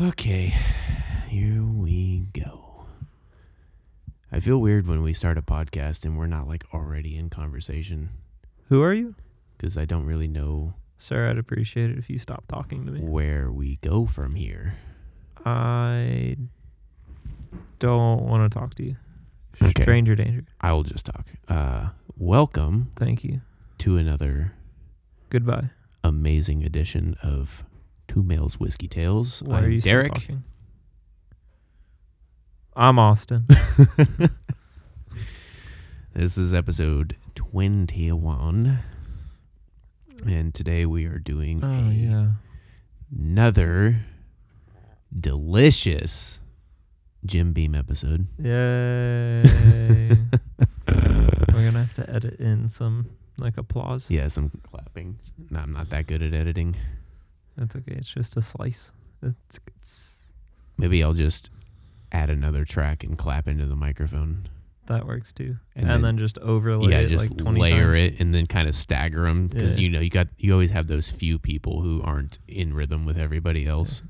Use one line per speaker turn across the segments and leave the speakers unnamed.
Okay, here we go. I feel weird when we start a podcast and we're not like already in conversation
Who are you?
because I don't really know
Sir, I'd appreciate it if you stopped talking to me.
where we go from here.
I don't want to talk to you.
Okay.
Stranger danger.
I will just talk. Uh, welcome
Thank you.
to another
Goodbye.
amazing edition of Two Males Whiskey Tales.
Why
I'm
are you still
Derek.
talking? I'm Austin.
This is episode 21. And today we are doing
oh
a-
yeah.
another delicious Jim Beam episode.
Yay. We're gonna have to edit in some like applause.
yeah, some clapping. No, I'm not that good at editing.
That's okay. It's just a slice. It's, it's
Maybe I'll just add another track and clap into the microphone.
that works too.
And
And,
then-
then, just overlay
yeah,
it
just
like twenty
layer
times.
it and then kind of stagger them because
Yeah.
you know you got you always have those few people who aren't in rhythm with everybody else,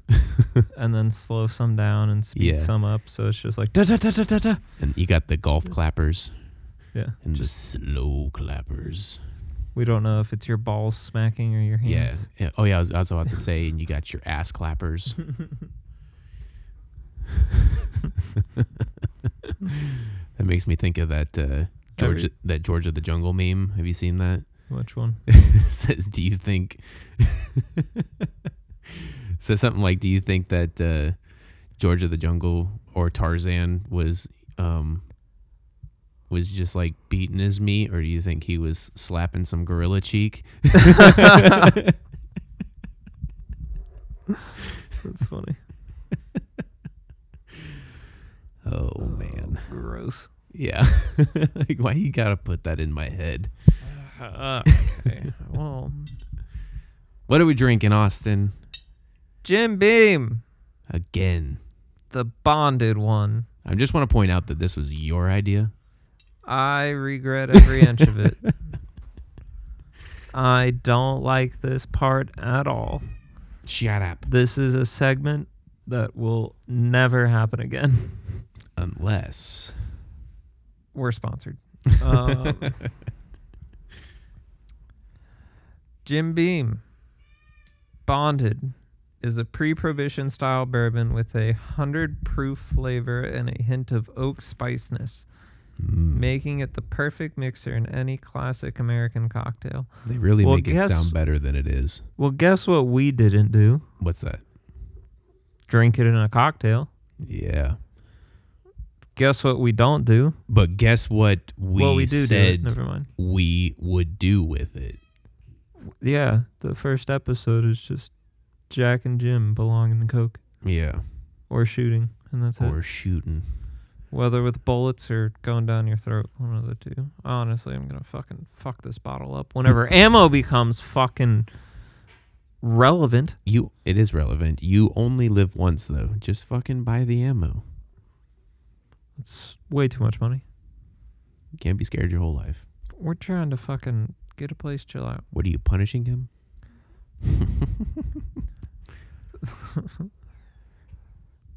and then slow some down and speed
Yeah.
some up. So it's just like da da da da da da.
and you got the golf clappers
Yeah.
and the slow clappers.
We don't know if it's your balls smacking or your
Yeah.
hands.
yeah. Oh yeah, I was, I was about to say, and you got your ass clappers. that makes me think of that uh, George
Every-
that George of the Jungle meme. Have you seen that?
Which one?
It says, do you think? says something like, do you think that uh, George of the Jungle or Tarzan was um, was just like beating his meat, or do you think he was slapping some gorilla cheek?
That's funny.
Oh man,
Gross.
yeah. like, why you gotta put that in my head?
Uh, okay. Well,
What are we drinking, Austin?
Jim Beam,
Again.
the bonded one.
I just want to point out that this was your idea.
I regret every inch of it. I don't like this part at all.
Shut up.
This is a segment that will never happen again.
Unless.
We're sponsored. Um, Jim Beam Bonded is a pre-prohibition style bourbon with a hundred proof flavor and a hint of oak spiceness,
Mm,
making it the perfect mixer in any classic American cocktail.
they really
Well,
make it
guess-
sound better than it is.
Well, guess what we didn't do?
What's that?
Drink it in a cocktail.
Yeah.
Guess what we don't do?
But guess what we,
well, we do
said
do it. Never mind.
we would do with it?
Yeah, the first episode is just Jack and Jim belonging in Coke
Yeah.
or shooting, and that's it.
Or shooting.
Whether with bullets or going down your throat, one of the two. Honestly, I'm gonna fucking fuck this bottle up. Whenever ammo becomes fucking relevant,
You. It is relevant. You only live once, though. Just fucking buy the ammo.
it's way too much money.
You can't be scared your whole life.
We're trying to fucking get a place, chill out.
What are you punishing him?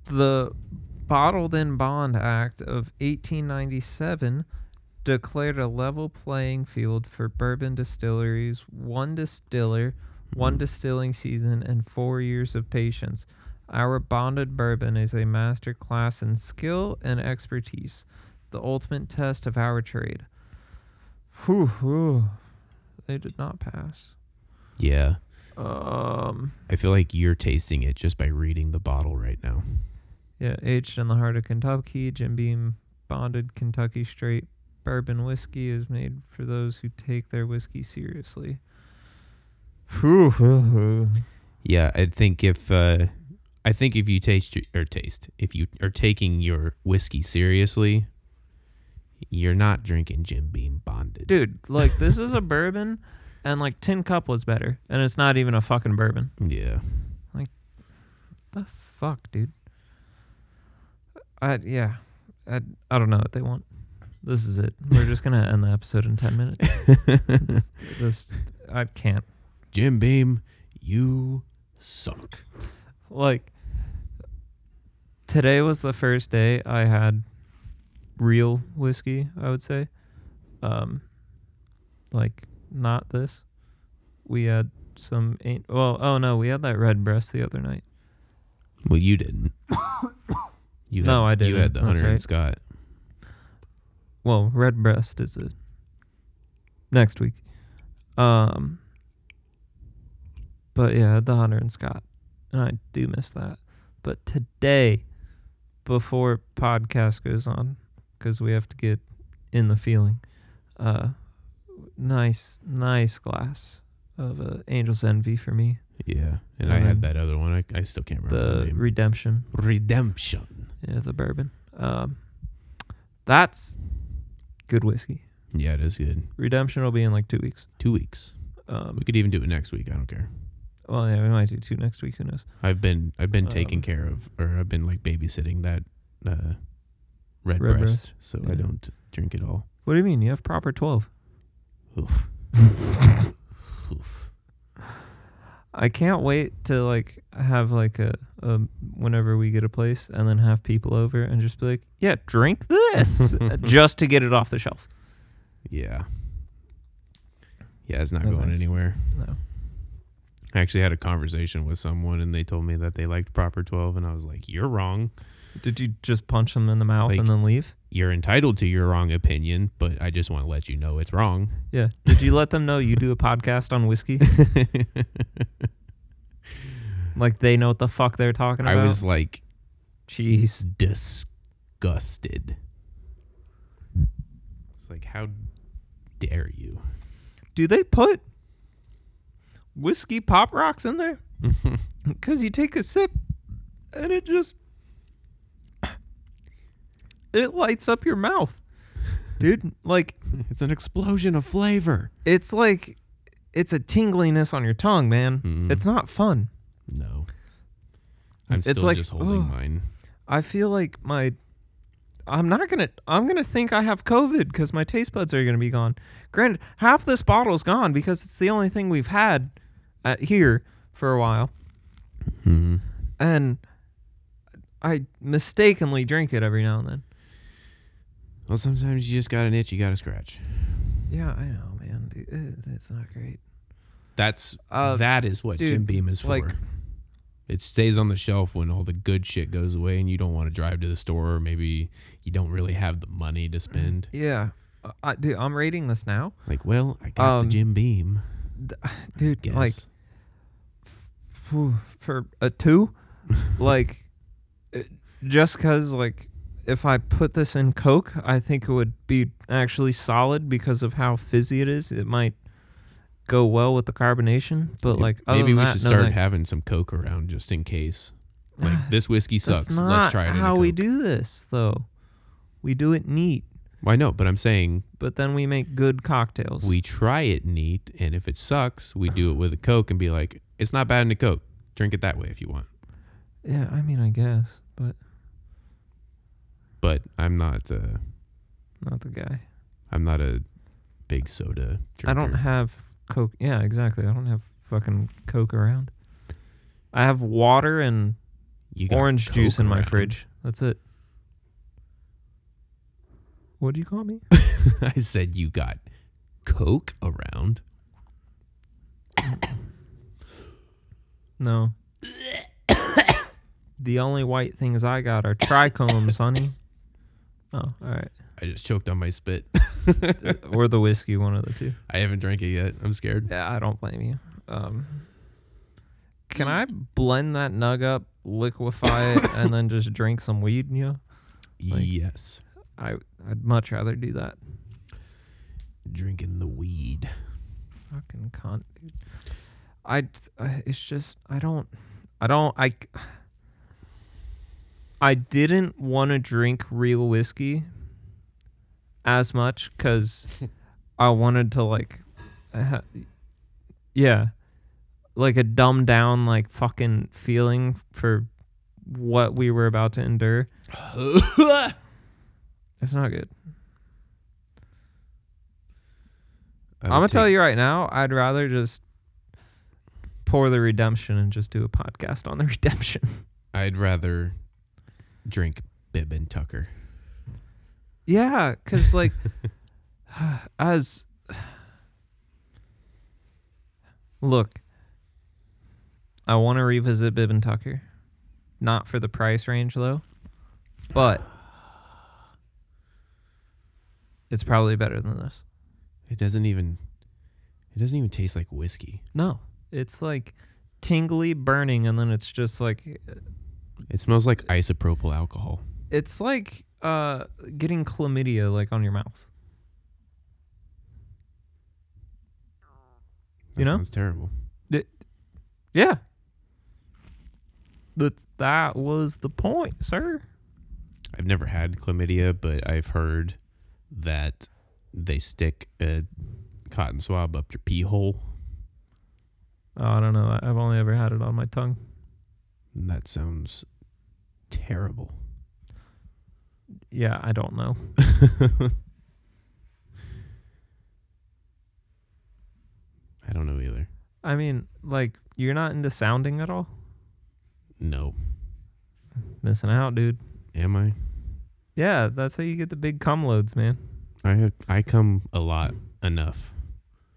The Bottled in Bond Act of 1897 declared a level playing field for bourbon distilleries, one distiller, one distilling season, and four years of patience. Our bonded bourbon is a master class in skill and expertise, the ultimate test of our trade. Whew, whew. They did not pass.
Yeah.
Um,
I feel like you're tasting it just by reading the bottle right now.
Yeah, aged in the heart of Kentucky, Jim Beam bonded Kentucky straight bourbon whiskey is made for those who take their whiskey seriously.
Yeah, I think if uh, I think if you taste your- or taste, if you are taking your whiskey seriously, you're not drinking Jim Beam bonded.
Dude, like this is a bourbon and like Tin Cup was better and it's not even a fucking bourbon.
Yeah.
The fuck, dude. I yeah. I, I don't know what they want. This is it. We're just going to end the episode in 10 minutes. It's- this I can't.
Jim Beam, you suck.
like today was the first day I had real whiskey, I would say. Um like not this. We had some ain't well, oh no, we had that red breast the other night.
Well, you didn't. You had,
No, I
You
didn't.
had the
That's
Hunter and
right.
Scott.
Well, red breast is a next week. Um but yeah, I had the Hunter and Scott. And I do miss that. But today before podcast goes on cuz we have to get in the feeling. Uh nice nice glass of uh, Angel's Envy for me.
Yeah, and
And
I had
then
that other one. I, I still can't remember the,
The
name.
Redemption.
Redemption.
Yeah, the bourbon. Um, that's good whiskey.
Yeah, it is good.
Redemption will be in like two weeks.
Two weeks.
Um,
We could even do it next week. I don't care.
well, yeah, we might do two next week. Who knows?
I've been I've been taking
Um,
care of, or I've been like babysitting that uh,
Red
red, breast,
breast,
so I
yeah.
don't drink it all.
What do you mean? You have proper twelve?
Oof. Oof.
I can't wait to like have like a, a whenever we get a place and then have people over and just be like, yeah, drink this uh, just to get it off the shelf.
Yeah. Yeah, it's not
No
going
thanks.
anywhere.
No.
I actually had a conversation with someone, and they told me that they liked Proper Twelve, and I was like, "You're wrong.
Did you just punch them in the mouth
Like-
and then leave?
You're entitled to your wrong opinion, but I just want to let you know it's wrong."
Yeah. Did you let them know you do a podcast on whiskey? like they know what the fuck they're talking
I
about?
was like
Jeez.
disgusted. It's like, how dare you?
Do they put whiskey pop rocks in there? Because you take a sip and it just. It lights up your mouth. Dude, like,
it's an explosion of flavor.
it's like. It's a tingliness on your tongue, man.
Mhm.
It's not fun.
No, I'm
It's
still
like,
just holding
ugh.
mine.
I feel like my. I'm not gonna. I'm gonna think I have COVID because my taste buds are gonna be gone. Granted, half this bottle's gone because it's the only thing we've had uh here for a while.
Mhm.
and I mistakenly drink it every now and then.
Well, sometimes you just got an itch, you got to scratch.
Yeah, I know, man. Dude, eh, that's not great.
That's
Uh,
that is what Jim
dude,
Beam is
like-
for. It stays on the shelf when all the good shit goes away, and you don't want to drive to the store, or maybe you don't really have the money to spend.
Yeah, Uh, I, dude, I'm rating this now,
Like, well, I got
Um,
the Jim Beam.
Th- dude.
Guess.
Like phew, for a two, like eh, just because like if I put this in Coke, I think it would be actually solid because of how fizzy it is. It might go well with the carbonation, but
Maybe-
like other
maybe
than
we
that,
should
no
start
thanks.
having some Coke around just in case. Like this whiskey
That's
sucks.
not
Let's try it. in a
how we
Coke.
do this though. We do it neat.
Why no? But I'm saying
but then we make good cocktails.
we try it neat, and if it sucks, we do it with a Coke and be like, it's not bad in a Coke. Drink it that way if you want.
yeah, I mean, I guess, but
But I'm not. Uh,
not the guy.
I'm not a big soda drinker.
I don't have coke. Yeah, exactly. I don't have fucking coke around. I have water and
You got
orange
Coke
juice in my
around.
fridge. That's it. What do you call me?
I said you got Coke around.
No. the only white things I got are trichomes, honey. Oh, all right.
I just choked on my spit.
or the whiskey, one of the two.
I haven't drank it yet. I'm scared.
Yeah, I don't blame you. Um, can I blend that nug up, liquefy it, and then just drink some weed? You know, Like-
yes,
I I'd much rather do that.
drinking the weed.
Fucking cunt, dude. I, d- I- it's just I don't I don't I c- I didn't want to drink real whiskey as much because I wanted to like, ha- yeah, like a dumbed down like fucking feeling for what we were about to endure.
I
It's not good.
would
I'm gonna tell
take-
you right now, I'd rather just pour the redemption and just do a podcast on the redemption.
I'd rather drink Bibb and Tucker.
Yeah, because like as look, I want to revisit Bibb and Tucker, not for the price range though, but it's probably better than this.
It doesn't even it doesn't even taste like whiskey.
No, it's like tingly burning, and then it's just like
It smells like isopropyl alcohol.
it's like uh getting chlamydia like on your mouth.
That
You know?
sounds terrible.
Yeah. That that was the point, sir.
I've never had chlamydia, but I've heard that they stick a cotton swab up your pee hole.
Oh, I don't know. I- I've only ever had it on my tongue.
And that sounds terrible.
Yeah, I don't know.
I don't know either.
I mean, like you're not into sounding at all.
No.
Missing out, dude.
Am I?
Yeah, that's how you get the big cum loads, man.
I have I come a lot enough.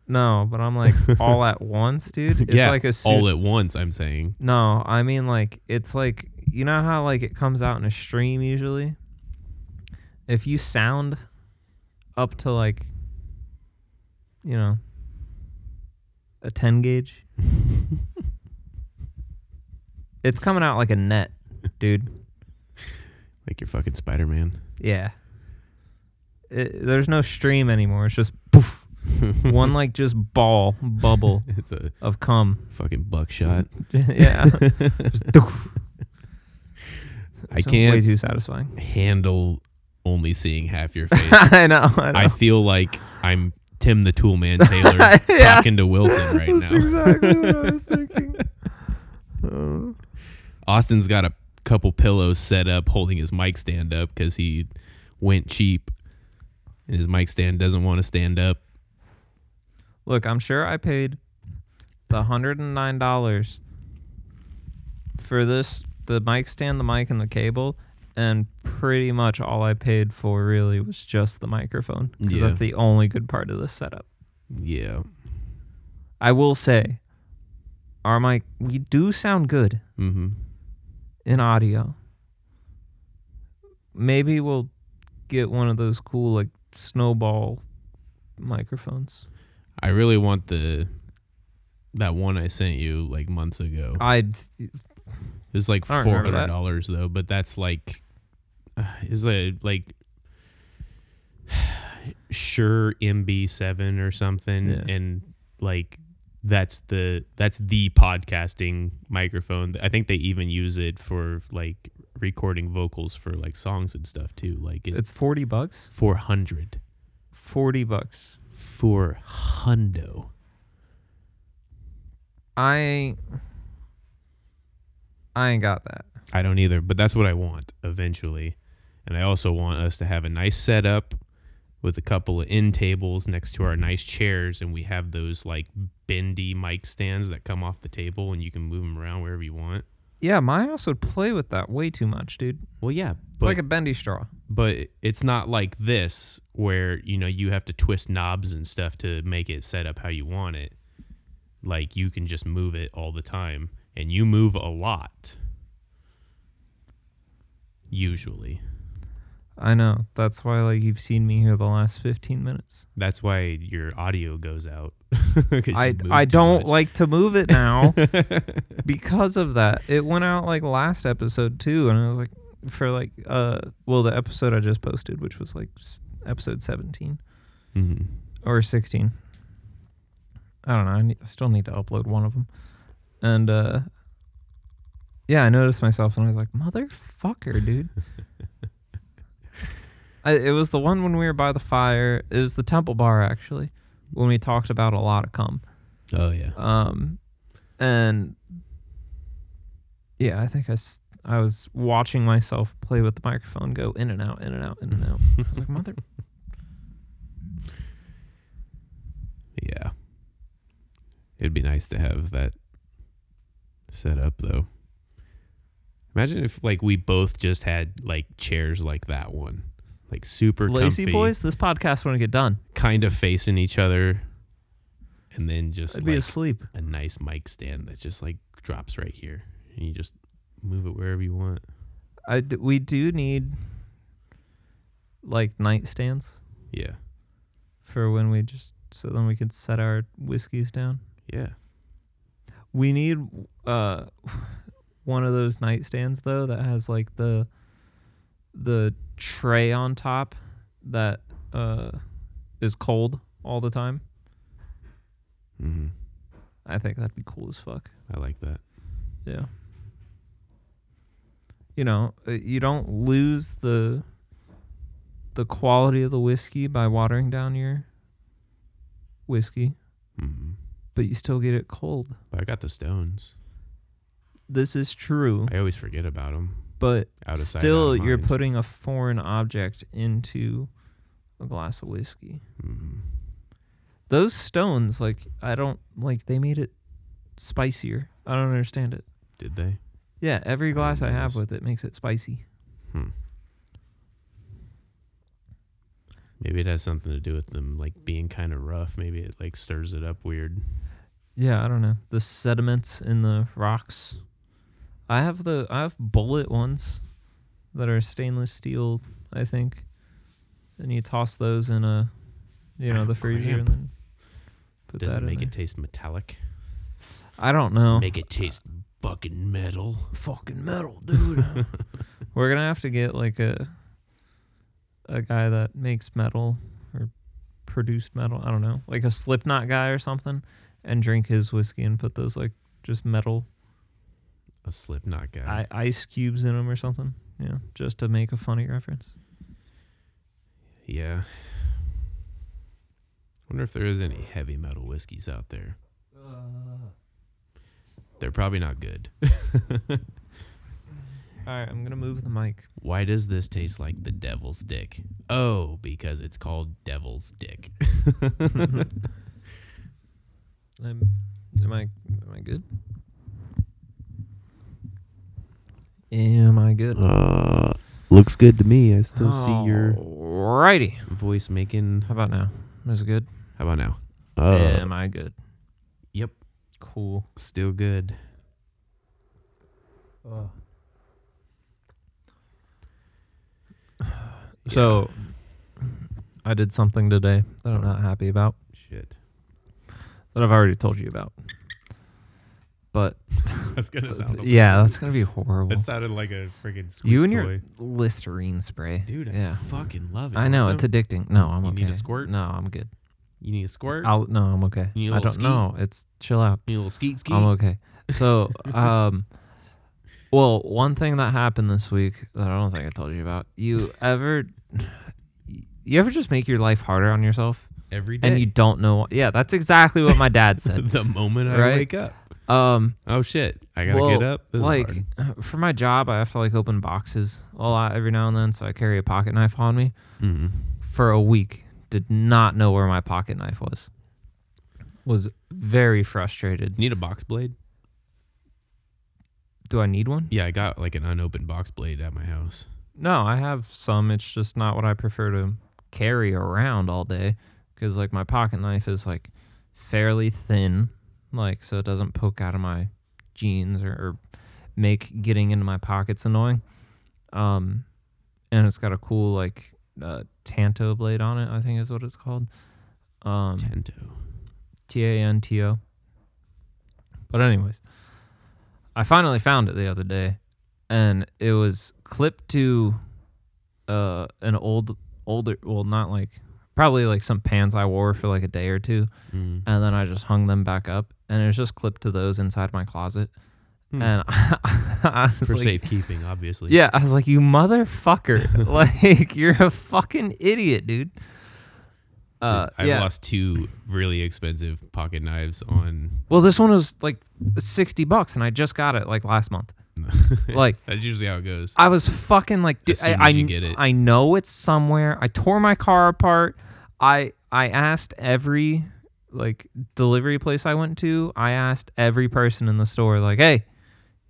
No, but I'm like all at once, dude. It's
yeah.
like a su-
all at once, I'm saying.
No, I mean like it's like you know how like it comes out in a stream usually. If you sound up to like you know a 10 gauge, it's coming out like a net, dude.
Like you're fucking Spider Man.
Yeah. It, there's no stream anymore. It's just poof, one like just ball bubble
it's a
of cum.
fucking buckshot.
yeah.
I
So Way
can't
too satisfying.
handle only seeing half your face.
I know. I know.
I feel like I'm Tim the Toolman Taylor
Yeah.
talking to Wilson right
That's
now.
exactly what I was thinking. Uh,
Austin's got a couple pillows set up holding his mic stand up because he went cheap and his mic stand doesn't want to stand up.
look, I'm sure I paid the hundred and nine dollars for this the mic stand, the mic, and the cable, and pretty much all I paid for really was just the microphone. 'cause
Yeah.
that's the only good part of this setup.
Yeah.
I will say, our mic we do sound good
Mm-hmm.
in audio. Maybe we'll get one of those cool like snowball microphones.
I really want the that one I sent you like months ago.
I
It was like
I
four
remember
hundred
that.
dollars though, but that's like uh, is a like sure MB seven or something,
Yeah.
and like that's the that's the podcasting microphone. I think they even use it for like recording vocals for like songs and stuff too. Like it's
it's 40 bucks.
four hundred
40 bucks.
for hundo.
I ain't I ain't got that.
I don't either, but that's what I want eventually. And I also want us to have a nice setup with a couple of end tables next to our nice chairs and we have those like bendy mic stands that come off the table and you can move them around wherever you want.
Yeah, my house would play with that way too much, dude. It's
Well, yeah, but
like a bendy straw.
but it's not like this where, you know, you have to twist knobs and stuff to make it set up how you want it. Like you can just move it all the time and you move a lot. Usually.
I know. That's why like you've seen me here the last 15 minutes.
That's why your audio goes out.
I I don't like to move it now because of that. It went out like last episode too and I was like for like uh well the episode I just posted which was like s- episode 17
hmm
or 16. I don't know. I, need, I still need to upload one of them. And uh yeah, I noticed myself and I was like, "Motherfucker, dude." I, it was the one when we were by the fire. It was the Temple Bar actually, when we talked about a lot of cum.
Oh yeah.
Um and yeah, I think I s- I was watching myself play with the microphone go in and out, in and out, in and out. I was like, "Mother
Yeah. It'd be nice to have that set up though. Imagine if like we both just had like chairs like that one, like super
Lazy
comfy,
boys, this podcast wouldn't get done.
kind of facing each other, and then just
I'd
like
be asleep.
a nice mic stand that just like drops right here, and you just move it wherever you want.
I d- we do need like nightstands
Yeah,
for when we just so then we could set our whiskeys down.
yeah.
We need uh one of those nightstands though that has like the the tray on top that uh is cold all the time.
Mm-hmm.
I think that'd be cool as fuck.
I like that.
Yeah. You know, uh, you don't lose the the quality of the whiskey by watering down your whiskey,
hmm
but you still get it cold.
But I got the stones.
This is true,
I always forget about them.
but
Out of sight, out
still
of
you're
mind.
putting a foreign object into a glass of whiskey.
hmm
Those stones like I don't like they made it spicier. I don't understand it.
Did they?
Yeah, every glass I
know
have
this.
with it makes it spicy.
Maybe it has something to do with them like being kind of rough. Maybe it like stirs it up weird.
Yeah, I don't know. The sediments in the rocks. I have the I have bullet ones that are stainless steel, I think. And you toss those in a you know,
Ow,
the freezer
cramp.
and then put
Does it
that in
make it
there.
taste metallic?
I don't know.
Make it taste fucking metal.
fucking metal, dude. We're gonna have to get like a a guy that makes metal or produced metal. I don't know, like a Slipknot guy or something, and drink his whiskey and put those like just metal
A Slipknot guy.
I, ice cubes in them or something. Yeah, just to make a funny reference.
yeah. Wonder if there is any heavy metal whiskeys out there.
Uh.
They're probably not good.
All right, I'm gonna move the mic.
Why does this taste like the devil's dick? Oh, because it's called devil's dick.
Am, am I am I good? Am I good?
uh, looks good to me. I still
Alrighty.
Oh. voice making.
How about now? Is it good?
How about now?
Uh,
Uh. Um,
Am I good?
Yep.
Cool.
Still good.
So, I did something today that I'm not happy about,
Shit.
that I've already told you about. But
That's gonna sound.
yeah, that's gonna be horrible.
That sounded like a freaking.
You and your Listerine spray,
Dude, I
Yeah,
fucking love it.
I know
Want
it's
some?
addicting. No, I'm
You
okay.
need a squirt?
No, I'm good.
you need a squirt.
I'll no, I'm okay.
You need a
I
little
don't
skeet?
know. It's chill out.
you need a little skeet skeet.
I'm okay. So, um, well, one thing that happened this week that I don't think I told you about. You ever, you ever just make your life harder on yourself,
Every day.
and you don't know? why- Yeah, that's exactly what my dad said.
the moment I
Right?
wake up.
Um,
Oh shit! I gotta get
well,
up. This
like
is hard.
for my job, I have to like open boxes a lot every now and then, so I carry a pocket knife on me
Mhm.
for a week. Did not know where my pocket knife was. Was very frustrated.
You need a box blade?
Do I need one?
Yeah, I got like an unopened box blade at my house.
No, I have some. It's just not what I prefer to carry around all day because, like, my pocket knife is like fairly thin, like, so it doesn't poke out of my jeans or, or make getting into my pockets annoying. Um, and it's got a cool like uh, tanto blade on it. I think is what it's called. Um,
Tento.
T A N T O. But anyways, I finally found it the other day, and it was clipped to uh, an old, older, well, not like probably like some pants I wore for like a day or two,
Mm.
and then I just hung them back up, and it was just clipped to those inside my closet,
Hmm.
and I, was
For
like,
safekeeping, obviously.
yeah, I was like, you motherfucker, like you're a fucking idiot, dude. Uh,
I've
yeah.
lost two really expensive pocket knives on.
Well, this one was like 60 bucks and I just got it like last month. Like-
that's usually how it goes.
I was fucking like dude,
As soon
I, I
as
kn-
you get it.
I know it's somewhere. I tore my car apart. I I asked every like delivery place I went to. I asked every person in the store like, "Hey,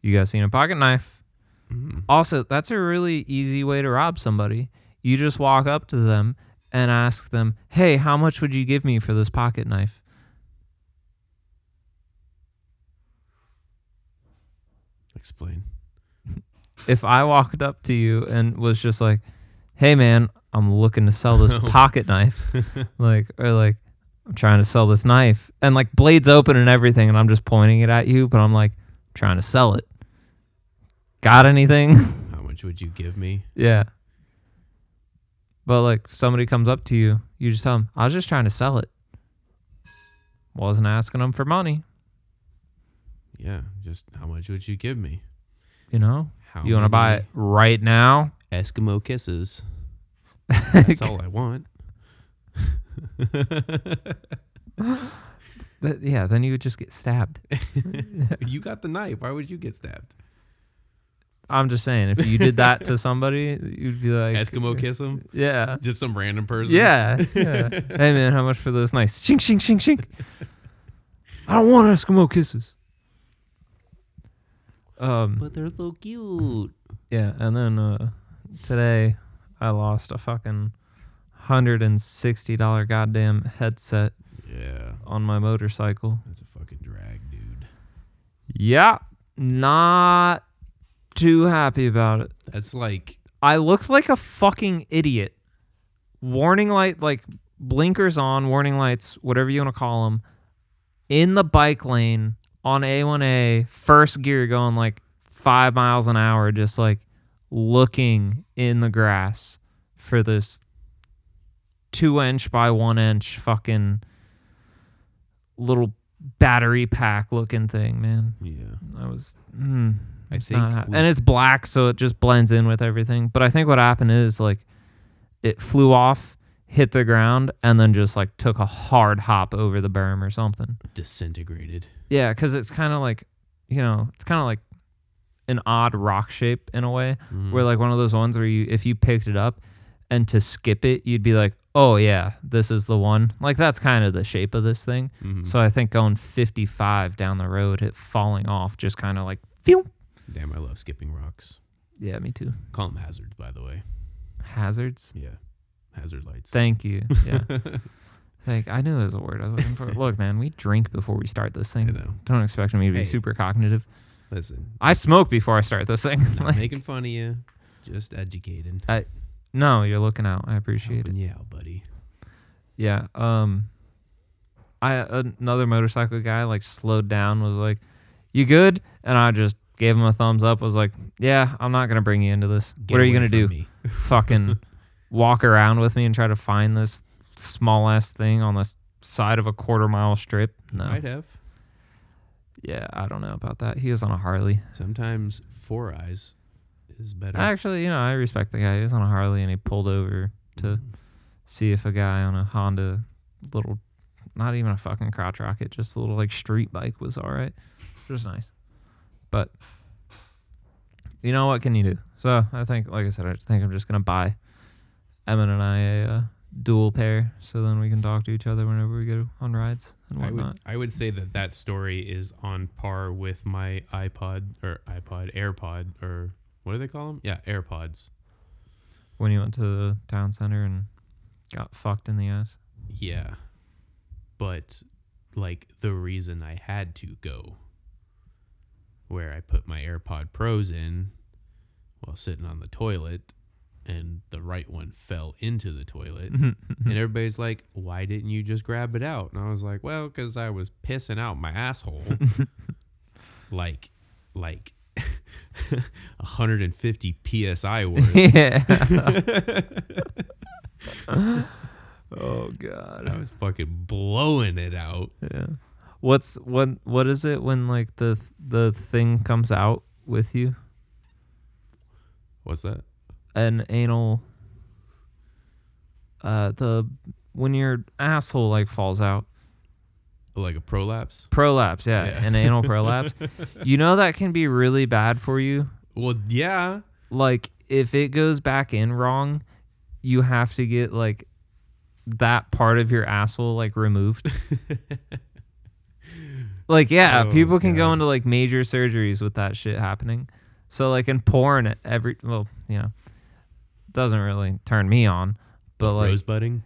you guys seen a pocket knife?"
Mhm.
Also, that's a really easy way to rob somebody. You just walk up to them and ask them, "Hey, how much would you give me for this pocket knife?"
Explain.
If I walked up to you and was just like, "Hey man, I'm looking to sell this pocket knife." like or like I'm trying to sell this knife and like blades open and everything and I'm just pointing it at you but I'm like trying to sell it. Got anything?
How much would you give me?
yeah. But like somebody comes up to you, you just tell them, "I was just trying to sell it." Wasn't asking them for money,
Yeah, just how much would you give me?
you know?
How
you want to buy it
many
right now?
Eskimo kisses. That's
That-
all I want.
yeah, then you would just get stabbed.
you got the knife. Why would you get stabbed?
I'm just saying, if you did that to somebody, you'd be like
Eskimo kiss him?
Yeah.
Just some random person?
Yeah, yeah. hey man, how much for those nice shink shink shink shink? I don't want Eskimo kisses. Um
But they're so cute.
yeah, and then uh today I lost a fucking hundred and sixty dollar goddamn headset
Yeah,
on my motorcycle.
that's a fucking drag, dude.
Yeah. Not too happy about it.
That's like
I looked like a fucking idiot. Warning light, like blinkers on, warning lights, whatever you want to call them, in the bike lane on A1A, first gear going like five miles an hour, just like looking in the grass for this two inch by one inch fucking little battery pack looking thing, man.
yeah.
I was. Mm,
I
it's
think
not hap-
we-
and it's black, so it just blends in with everything. But I think what happened is like, it flew off, hit the ground, and then just like took a hard hop over the berm or something.
disintegrated.
Yeah, because it's kind of like, you know, it's kind of like an odd rock shape in a way,
Mhm.
where like one of those ones where you if you picked it up, and to skip it, you'd be like, oh yeah, this is the one. Like that's kind of the shape of this thing.
Mhm.
So I think going 55 down the road, it falling off, just kind of like, phew.
Damn, I love skipping rocks.
Yeah, me too.
Call 'em hazards, by the way.
Hazards.
Yeah, hazard lights.
Thank you. Yeah. like I knew it was a word I was looking for. Look, man, we drink before we start this
I
thing.
know.
Don't expect me to be
Hey.
super cognitive.
Listen,
I smoke before I start this thing.
not
Like,
making fun of you, just educating.
no, you're looking out. I appreciate it.
Helping you out, buddy.
Yeah. Um, I another motorcycle guy like slowed down was like, "You good?" And I just gave him a thumbs up. Was like, "Yeah, I'm not gonna bring you into this.
Get
what are you gonna
away
do?
from me.
fucking walk around with me and try to find this small ass thing on the s- side of a quarter mile strip. No.
Might have.
Yeah, I don't know about that. He was on a Harley.
Sometimes four eyes is better.
Actually, you know, I respect the guy. He was on a Harley and he pulled over to
Mm-hmm.
see if a guy on a Honda little not even a fucking crotch rocket, just a little like street bike was all right. Which was nice. But you know what can you do? So I think like I said, I just think I'm just gonna buy Emin and I a uh, dual pair so then we can talk to each other whenever we go on rides and
I
whatnot.
would, I would say that that story is on par with my iPod or iPod AirPod or what do they call them? Yeah, AirPods.
When you went to the town center and got fucked in the ass.
Yeah. But like the reason I had to go where I put my AirPod Pros in while sitting on the toilet and the right one fell into the toilet and everybody's like, "Why didn't you just grab it out?" And I was like, "Well, cuz I was pissing out my asshole." like like 150 psi worth.
yeah.
I
oh god.
was fucking blowing it out.
Yeah. What's what what is it when like the the thing comes out with you?
What's that?
An anal uh the when your asshole like falls out.
Like a prolapse?
Prolapse, yeah.
Yeah.
An anal Oh, prolapse. you know that can be really bad for you.
Well, yeah.
Like if it goes back in wrong, you have to get like that part of your asshole like removed. Like yeah,
Oh,
people can go
God. Oh,
into like major surgeries with that shit happening. So like in porn, it- every well, you know, doesn't really turn me on, but like
Rosebudding.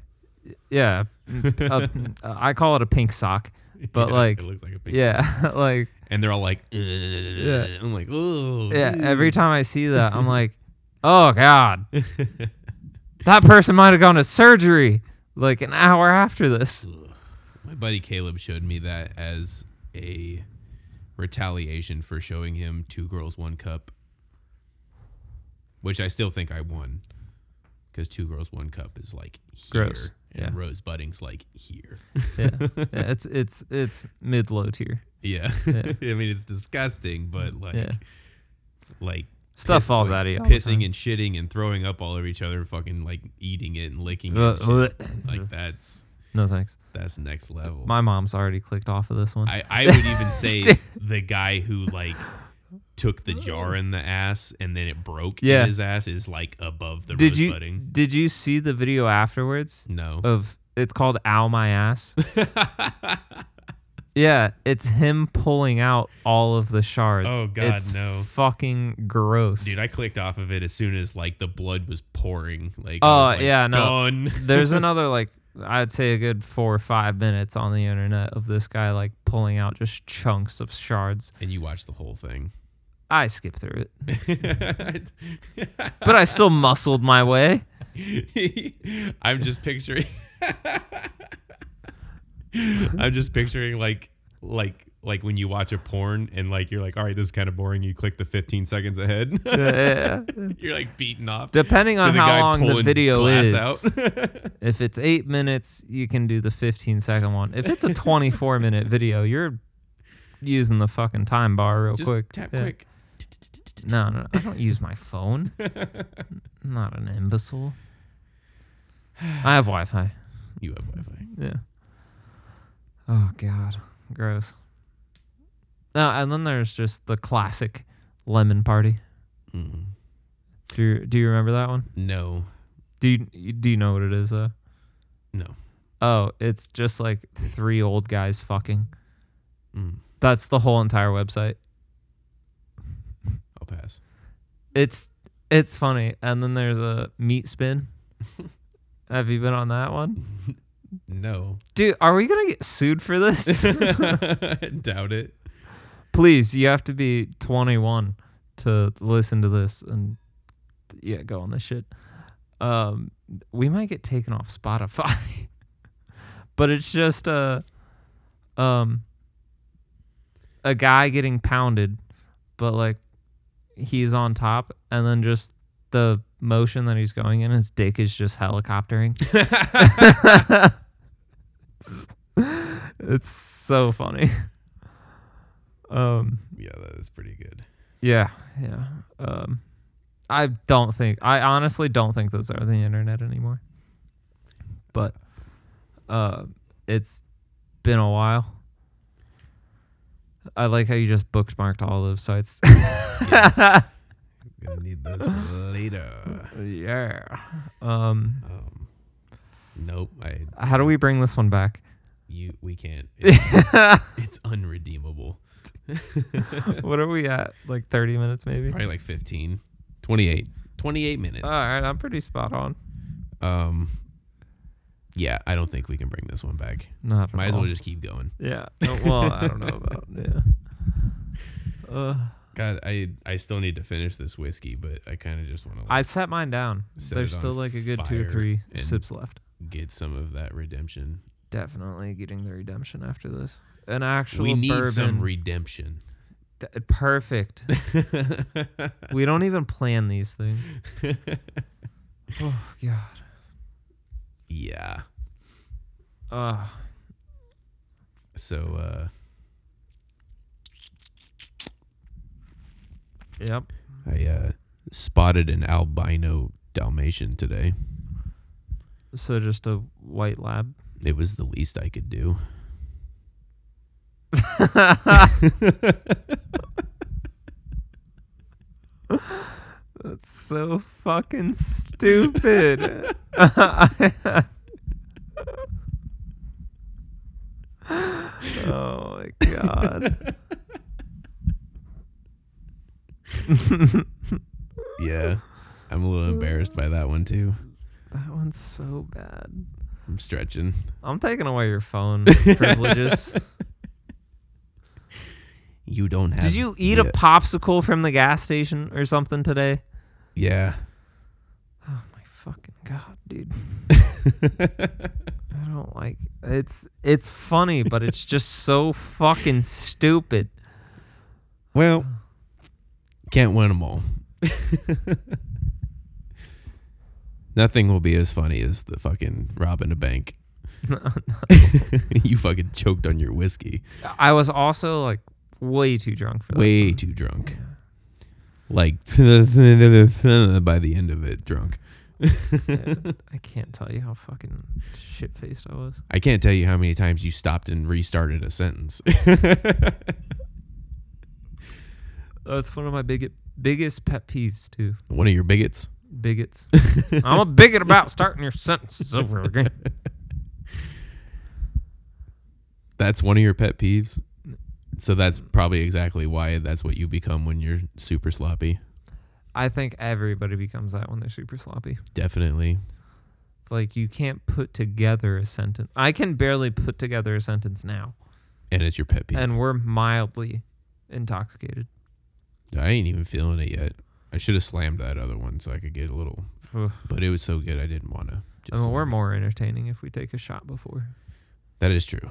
yeah, a, I call it a pink sock, uh, but
Yeah,
like
it looks like a pink.
yeah, like
And they're all like, yeah. I'm like, oh.
yeah. Every time I see that, I'm like, oh god, that person might have gone to surgery like an hour after this.
My buddy Caleb showed me that as a retaliation for showing him two girls, one cup, which I still think I won because two girls, one cup is like here,
Gross.
and rose budding's like here.
Yeah, yeah it's it's it's mid low tier
yeah.
Yeah.
I mean, it's disgusting, but like,
Yeah.
like
stuff
piss-
falls
like,
out of you. all the
pissing and shitting and throwing up all over each other, fucking like eating it and licking it.
Uh,
and shit.
bleh.
like that's
No thanks.
that's next level.
My mom's already clicked off of this one.
I, I would even say
Dude.
the guy who like took the jar in the ass and then it broke
Yeah.
in his ass is like above the
did
rose
you
budding.
did you see the video afterwards
No.
of it's called "Ow My Ass"? Oh. yeah, it's him pulling out all of the shards.
Oh, God,
It's
no.
Fucking gross.
Dude, I clicked off of it as soon as like the blood was pouring. Like,
Oh,
I was like,
yeah, no.
done.
There's another like I'd say a good four or five minutes on the internet of this guy like pulling out just chunks of shards.
and you watch the whole thing.
I skipped through it,
but
but I still muscled my way.
I'm just picturing. I'm just picturing like like like when you watch a porn and like you're like, all right, this is kind of boring. You click the 15 seconds ahead.
Yeah.
you're like beaten off.
Depending
to
on
the
how
guy
long the
pulling
video
glass
is.
out.
If it's eight minutes, you can do the 15 second one. If it's a 24 minute video, you're using the fucking time bar real
just
quick.
tap
Yeah.
quick.
No, no, I don't use my phone. I'm not an imbecile. I have Wi Fi.
you have Wi-Fi.
Yeah. Oh, God. Gross. No, and then there's just the classic lemon party.
Mm.
Do you, do you remember that one?
No,
Do you, do you know what it is, though?
no.
Oh, it's just like three old guys fucking.
Mm.
That's the whole entire website.
I'll pass.
It's it's funny. And then there's a meat spin. Have you been on that one?
No,
Dude, are we gonna get sued for this?
doubt it.
Please, you have to be 21 to listen to this and yeah, go on this shit. Um, we might get taken off Spotify, but it's just a um a guy getting pounded, but like he's on top, and then just the motion that he's going in, his dick is just helicoptering. it's so funny. Um.
yeah, that is pretty good.
Yeah, yeah. Um, I don't think I honestly don't think those are the internet anymore. But uh, it's been a while. I like how you just bookmarked all those sites. yeah.
Gonna need those for later.
Um,
Um, nope. I
how do we bring this one back?
you we can't. It's,
what
it's unredeemable.
are we at? Like 30 minutes maybe?
Probably like 15, 28, 28 minutes.
All right, I'm pretty spot on.
Um, yeah, I don't think we can bring this one back.
Not at
Might as
all.
well just keep going.
Yeah. no, well, I don't know about yeah. Uh,
God, I I still need to finish this whiskey, but I kind of just want to
I set mine down.
Set
There's
it on
still like a good two or
fire
three
and-
sips left.
get some of that redemption.
Definitely getting the redemption after this. An actual
we need
bourbon.
some redemption.
Th- perfect. we don't even plan these things. Oh God.
yeah.
Uh,
So uh,
yep.
I uh, spotted an albino Dalmatian today.
So just a white lab.
It was the least I could do.
That's so fucking stupid. oh my god.
yeah. I'm a little embarrassed by that one too.
That one's so bad.
I'm stretching.
I'm taking away your phone privileges.
You don't have
Did you eat
yeah.
a popsicle from the gas station or something today?
Yeah.
Oh my fucking god, dude. I don't like it's it's funny, but it's just so fucking stupid.
well, can't win them all. Nothing will be as funny as the fucking robbing a bank. you fucking choked on your whiskey.
I was also like way too drunk for that. Oh
Way too drunk. Like by the end of it, drunk.
I can't tell you how fucking shit faced I was.
I can't tell you how many times you stopped and restarted a sentence.
That's one of my biggest biggest pet peeves too.
One of your bigots.
Bigots. I'm a bigot about starting your sentences over again.
That's one of your pet peeves. So that's probably exactly why that's what you become when you're super sloppy.
I think everybody becomes that when they're super sloppy.
Definitely.
Like you can't put together a sentence. I can barely put together a sentence now,
And it's your pet peeve.
and we're mildly intoxicated.
I ain't even feeling it yet. I should have slammed that other one so I could get a little,
Ugh.
but it was so good I didn't want to.
I mean, Oh, we're more entertaining if we take a shot before.
That is true.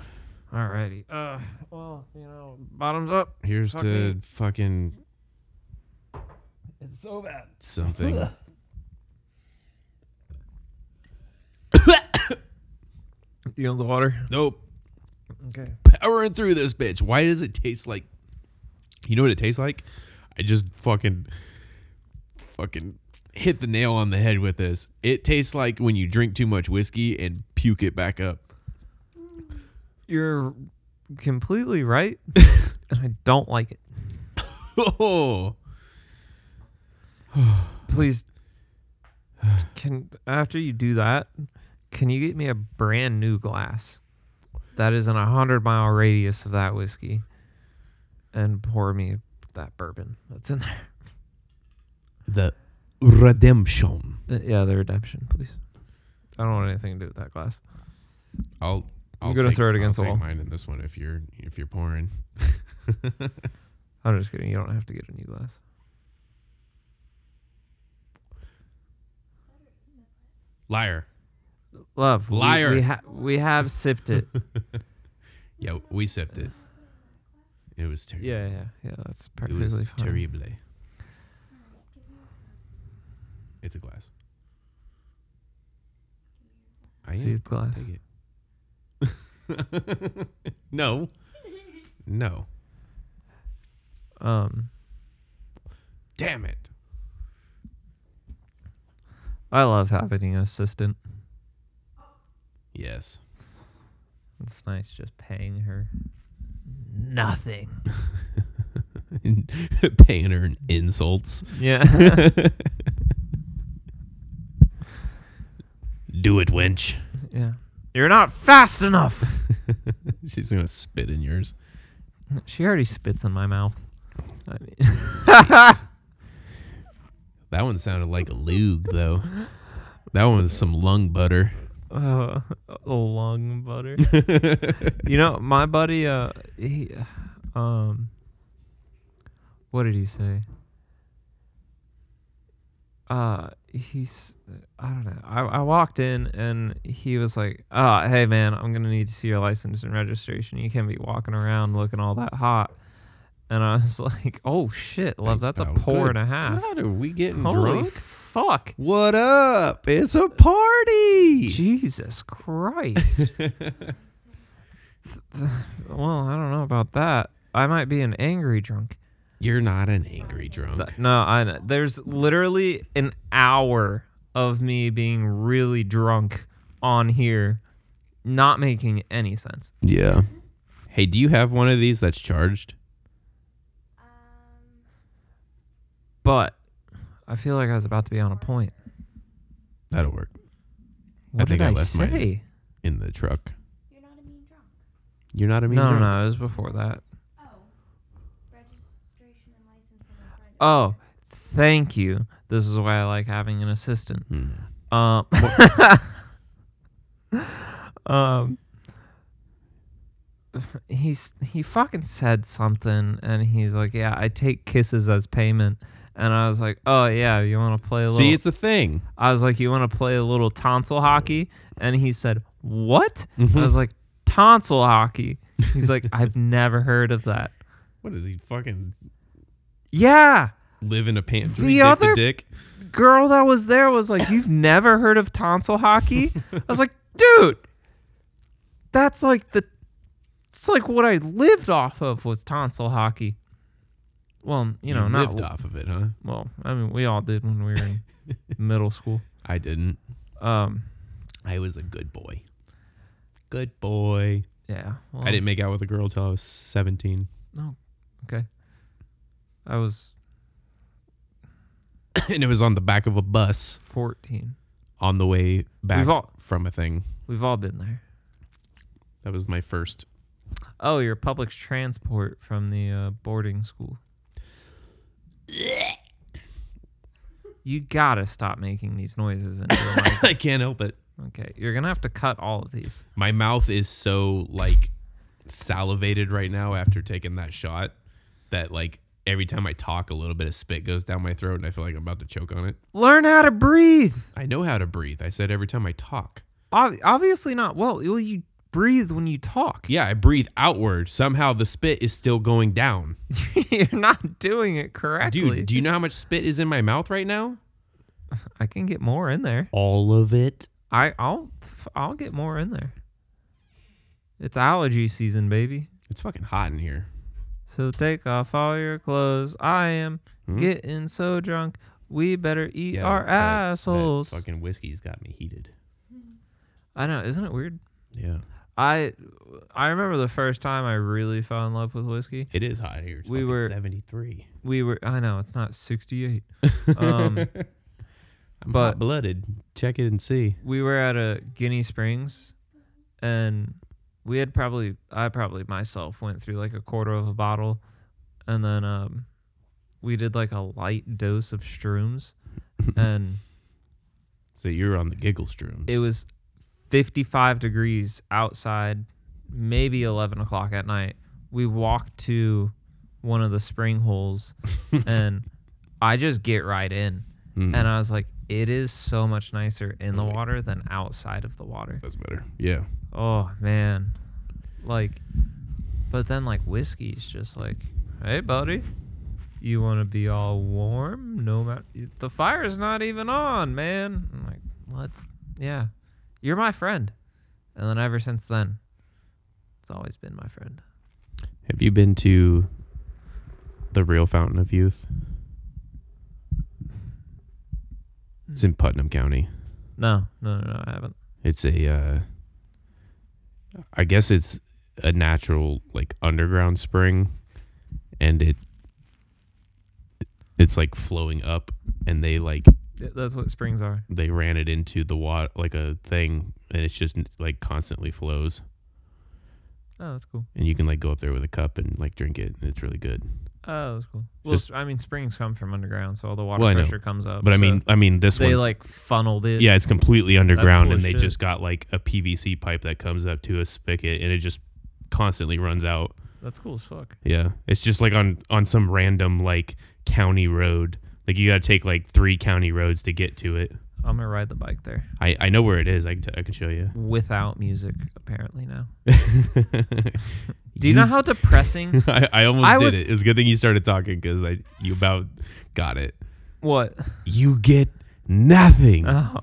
Alrighty. Uh, well, you know, bottoms up.
Here's
Fuck
to
me.
fucking
It's so bad.
something.
You want the water?
nope.
Okay.
Powering through this bitch. Why does it taste like. You know what it tastes like? I just fucking. Fucking hit the nail on the head with this. It tastes like when you drink too much whiskey and puke it back up.
You're completely right, and I don't like it.
Oh.
Please, can after you do that, can you get me a brand new glass that is in a hundred mile radius of that whiskey, and pour me that bourbon that's in there?
The redemption.
Uh, Yeah, the redemption, please. I don't want anything to do with that glass.
I'll. I'll
gonna
take-
throw it against
I'll
the
take
wall.
mine in this one if you're if you're pouring.
I'm just kidding. You don't have to get a new glass.
Liar.
Love, we-
Liar.
We, ha- we have sipped it.
Yeah, we sipped it. It was terrible.
yeah, yeah, yeah. That's
it was
perfectly fine.
terrible. It's a glass. I
See,
am.
it's glass.
Take it. no. No.
Um,
Damn it.
I love having an assistant.
Yes.
It's nice just paying her nothing.
Paying her insults.
Yeah.
Do it, wench.
yeah. You're not fast enough.
She's gonna spit in yours.
She already spits in my mouth. I mean,
That one sounded like a lug, though. That one was some lung butter.
uh, lung butter. you know, my buddy, uh, he, um, what did he say? Uh, he's, I don't know. I, I walked in and he was like, oh, hey man, I'm going to need to see your license and registration. You can't be walking around looking all that hot. And I was like, oh shit, love,
Thanks,
that's
pal.
a pour and
Good
a half.
God, are we getting
Holy
drunk?
fuck.
What up? It's a party.
Jesus Christ. Well, I don't know about that. I might be an angry drunk.
You're not an angry drunk.
Th- No, I know. There's literally an hour of me being really drunk on here, not making any sense.
yeah. Hey, do you have one of these that's charged?
Um,
But I feel like I was about to be on a point.
That'll work
What
think
did I,
I left
say?
mine. in the truck.
You're not a mean drunk.
You're not a mean
no,
drunk.
no, it was before that.
Oh. Registration and license for my friend.
Oh, Thank you. This is why I like having an assistant.
Hmm.
Um, um, he's he fucking said something, and he's like, "Yeah, I take kisses as payment." And I was like, "Oh yeah, you want to play a
See,
little?"
it's a thing.
I was like, "You want to play a little tonsil hockey?" And he said, "What?" I was like, "Tonsil hockey." He's like, "I've never heard of that."
What does he fucking
Yeah,
live in a
The
pantry? dick to
other-
dick.
girl that was there was like, "You've never heard of tonsil hockey?" I was like, "Dude, that's like the it's like what I lived off of was tonsil hockey." Well, you know, not
lived off of it, huh?
well. I mean, we all did when we were in middle school.
I didn't.
Um,
I was a good boy. Good boy.
yeah, well,
I didn't make out with a girl till I was seventeen.
I was
and it was on the back of a bus
fourteen.
on the way back
We've all
from a thing.
we've all been there.
That was my first.
Oh, your public transport from the uh, boarding school. You gotta stop making these noises into a mic.
I can't help it.
Okay, you're gonna have to cut all of these.
My mouth is so like salivated right now after taking that shot that like every time I talk, a little bit of spit goes down my throat, and I feel like I'm about to choke on it.
Learn how to breathe.
I know how to breathe. I said every time I talk.
Ob- obviously not. Well, well, you breathe when you talk.
Yeah, I breathe outward. Somehow the spit is still going down.
you're not doing it correctly.
Dude, do you know how much spit is in my mouth right now?
I can get more in there.
All of it.
I, I'll, I'll get more in there. It's allergy season, baby.
It's fucking hot in here.
So take off all your clothes. I am
Hmm?
getting so drunk. We better eat
Yeah,
our
that- that
assholes.
fucking whiskey's got me heated.
I know. Isn't it weird?
Yeah.
I, I remember the first time I really fell in love with whiskey.
It is hot here. It's
We
fucking
were-
73.
We were. I know it's not 68. Um,
I'm
but-
hot blooded. Check it and see.
we were at a Guinea Springs, and we had probably I probably myself went through like a quarter of a bottle, and then um, we did like a light dose of shrooms, and
So you're on the giggle shrooms.
it was 55 degrees outside, maybe 11 o'clock at night. We walked to one of the spring holes, and I just get right in,
Mm,
and I was like, it is so much nicer in the water than outside of the water.
that's better. Yeah.
Oh man, like, but then like whiskey's just like, hey buddy, you want to be all warm? No matter the fire's not even on, man. I'm like, let's yeah, you're my friend, and then ever since then, it's always been my friend.
Have you been to the real Fountain of Youth? It's in Putnam County.
No, no, no, no I haven't.
It's a, uh, I guess it's a natural like underground spring, and it it's like flowing up, and they like
Th- That's what springs are.
they ran it into the water like a thing, and it's just like constantly flows,
Oh, that's cool.
and you can like go up there with a cup and like drink it, and it's really good.
Oh, that's cool. Well,
Just-
sp- I mean, springs come from underground, so all the water
Well, I know,
pressure comes up.
But I
so
mean, I mean this
they
one,
like funneled it.
yeah, it's completely underground,
cool as
and they
shit.
just got like a PVC pipe that comes up to a spigot, and it just constantly runs out.
that's cool as fuck.
Yeah, it's just like on on some random like county road. Like you got to take like three county roads to get to it.
I'm gonna ride the bike there
I I know where it is. I can t- I can show you.
without music apparently now. Do
Do
you, know how depressing?
I, I almost
I
did
was-
it. It's a good thing you started talking because I you about got it.
what?
You get nothing.
Oh,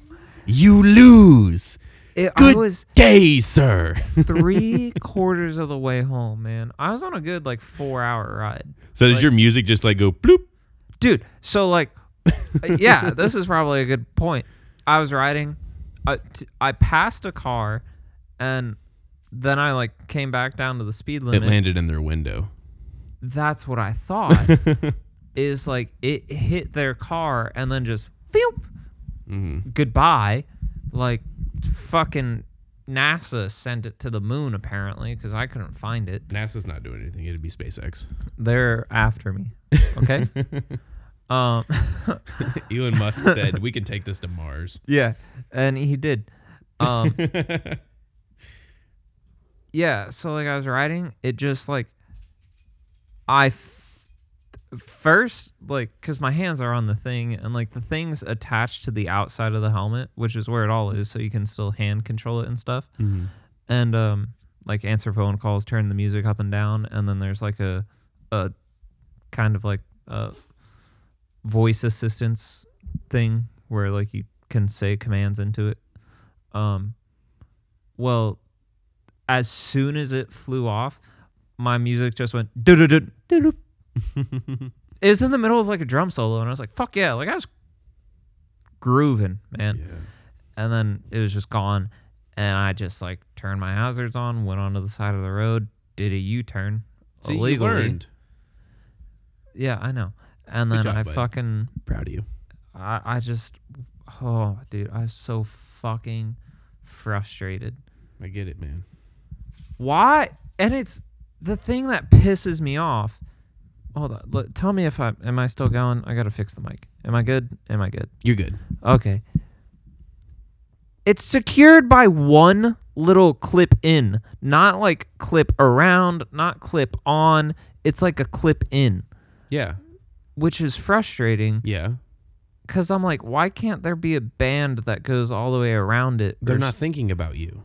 you lose.
it, I
Good-
was
Day, sir.
three quarters of the way home, man. I was on a good like four hour ride,
so did
like-
your music just like go bloop?
dude. So like, Uh, yeah, this is probably a good point. I was riding, I, t- I passed a car, and then I like came back down to the speed
It
limit.
landed in their window.
That's what I thought is like it hit their car and then just boop,
Mhm.
goodbye. Like fucking NASA sent it to the moon apparently because I couldn't find it.
NASA's not doing anything. It'd be SpaceX.
They're after me. Okay. Um,
Elon Musk said we can take this to Mars.
yeah, and he did. Um, yeah, so like I was riding, it just like I f- first like because my hands are on the thing and like the thing's attached to the outside of the helmet, which is where it all is, so you can still hand control it and stuff.
Mhm.
and um like answer phone calls, turn the music up and down, and then there's like a a kind of like a voice assistance thing where like you can say commands into it. Um well as soon as it flew off, my music just went doo doo doo doo doo it was in the middle of like a drum solo and I was like, fuck yeah, like I was grooving, man
Yeah.
and then it was just gone and i just like turned my hazards on went onto the side of the road did a u-turn
See, you
illegally
learned.
yeah i know and
Good
then
job,
i
bud.
fucking
Proud of you.
I, I just oh dude i was so fucking frustrated
I get it, man.
why and it's the thing that pisses me off hold on look, tell me if i am i still going i gotta fix the mic am i good am i good
You're good.
Okay. It's secured by one little clip in, not like clip around, not clip on. It's like a clip in,
Yeah.
which is frustrating
Yeah.
because I'm like, why can't there be a band that goes all the way around it?
They're
or
not
s-
thinking about you.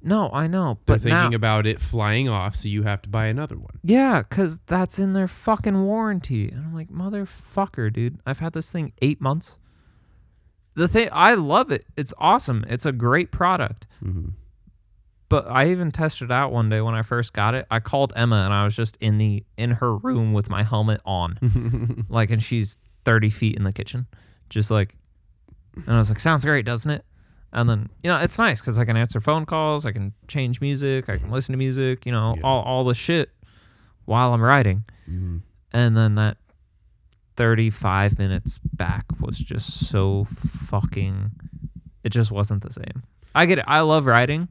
No, I know,
They're
but
thinking
now,
about it flying off, so you have to buy another one.
yeah, because that's in their fucking warranty, and I'm like, motherfucker, dude, I've had this thing eight months. The thing, I love it. It's awesome. It's a great product.
Mm-hmm.
but I even tested it out one day when I first got it. I called Emma and I was just in the in her room with my helmet on, like, and she's thirty feet in the kitchen, just like, and I was like, "Sounds great, doesn't it?" And then you know, it's nice because I can answer phone calls, I can change music, I can listen to music, you know,
Yeah.
all all the shit while I'm riding.
Mm-hmm.
And then that thirty five minutes back was just so fucking. It just wasn't the same. I get it. I love riding,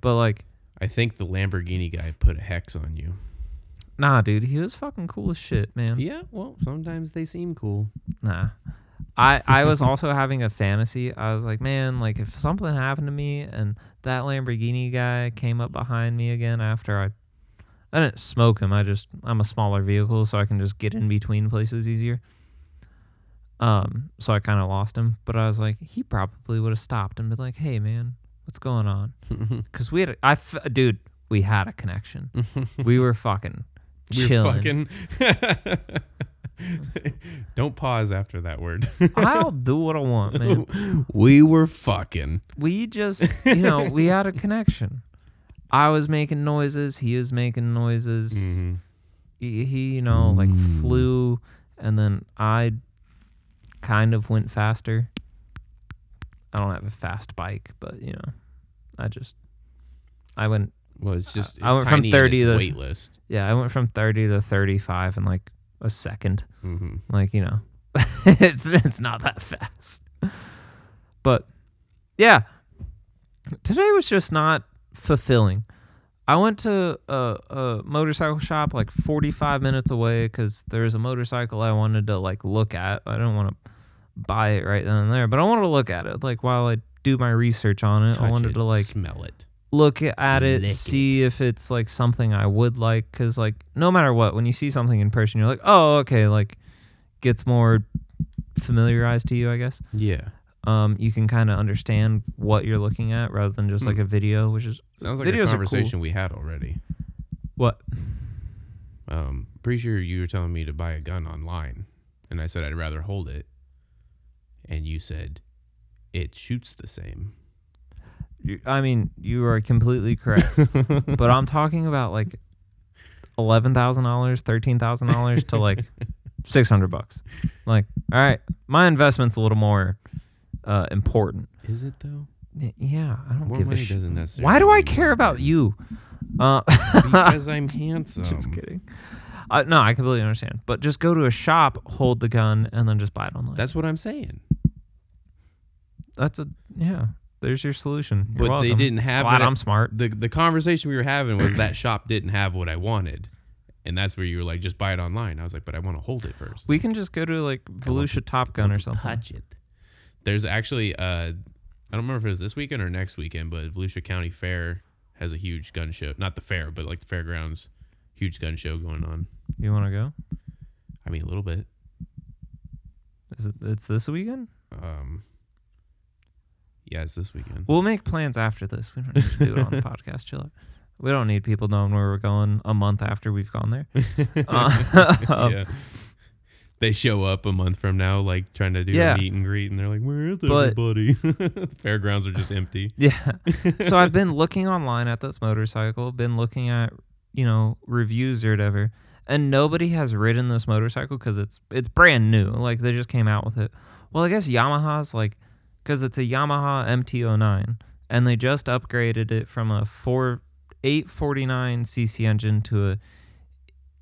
but like.
I think the Lamborghini guy put a hex on you.
Nah, dude, he was fucking cool as shit, man.
Yeah. Well, sometimes they seem cool.
Nah. I, I was also having a fantasy. I was like, man, like if something happened to me and that Lamborghini guy came up behind me again after I I didn't smoke him. I just I'm a smaller vehicle so I can just get in between places easier. Um so I kind of lost him, but I was like he probably would have stopped and been like, "Hey man, what's going on?" Cuz we had a, I f- dude, we had a connection. we were fucking
We're
chilling.
fucking. Don't pause after that word.
I'll do what I want, man.
we were fucking.
We just, you know, we had a connection. I was making noises. He was making noises.
Mhm.
He, he, you know, like
Mm.
flew, and then I kind of went faster. I don't have a fast bike, but you know, I just, I went,
Well, it's just. It's
uh, I went from
tiny and
30
it's
to-
waitlist.
yeah, I went from thirty to thirty-five in like a second.
Mm-hmm.
Like you know, it's it's not that fast. But yeah, today was just not fulfilling. I went to a, a motorcycle shop like 45 minutes away because there's a motorcycle I wanted to like look at. I don't want to buy it right then and there, but I wanted to look at it like while I do my research on it. I wanted to like
smell it.
look at it,
Lick
see if it's like something I would like. Cause like no matter what, when you see something in person, you're like, oh, okay, like gets more familiarized to you, I guess.
Yeah.
Um, you can kind of understand what you're looking at rather than just like a video, which is
Hmm. Sounds like
videos
a
are cool.
conversation we had already.
What?
Um, pretty sure you were telling me to buy a gun online, and I said I'd rather hold it, and you said it shoots the same.
You- I mean, you are completely correct, but I'm talking about like eleven thousand dollars, thirteen thousand dollars to like six hundred bucks. Like, all right, my investment's a little more uh, important.
Is it though?
Y- Yeah, I don't
More
give a
money
shit.
doesn't necessarily.
Why do I
mean
care
more
about
money.
you? Uh,
Because um, I'm handsome.
just kidding. Uh, no, I completely understand. But just go to a shop, hold the gun, and then just buy it online.
That's what I'm saying.
That's a yeah. There's your solution. You're
but they
welcome.
didn't have
Glad
what I-
I'm smart.
the the conversation we were having was that shop didn't have what I wanted, And that's where you were like, just buy it online. I was like, but I want to hold it first.
We can just go to like Volusia Top Gun or something.
Touch it. There's actually, uh, I don't remember if it was this weekend or next weekend, but Volusia County Fair has a huge gun show. Not the fair, but like the fairgrounds, huge gun show going on.
You want to go?
I mean, a little bit.
Is it? It's this weekend.
Um, yeah, it's this weekend.
We'll make plans after this. We don't need to do it on the podcast. Chill out. We don't need people knowing where we're going a month after we've gone there. Uh,
yeah. They show up a month from now, like trying to do
Yeah.
a meet and greet, and they're like, "Where is
But-
everybody?" Fairgrounds are just empty.
Yeah. so I've been looking online at this motorcycle, been looking at, you know, reviews or whatever, and nobody has ridden this motorcycle because it's it's brand new. Like they just came out with it. Well, I guess Yamaha's like, because it's a Yamaha MT09, and they just upgraded it from a four 849 cc engine to a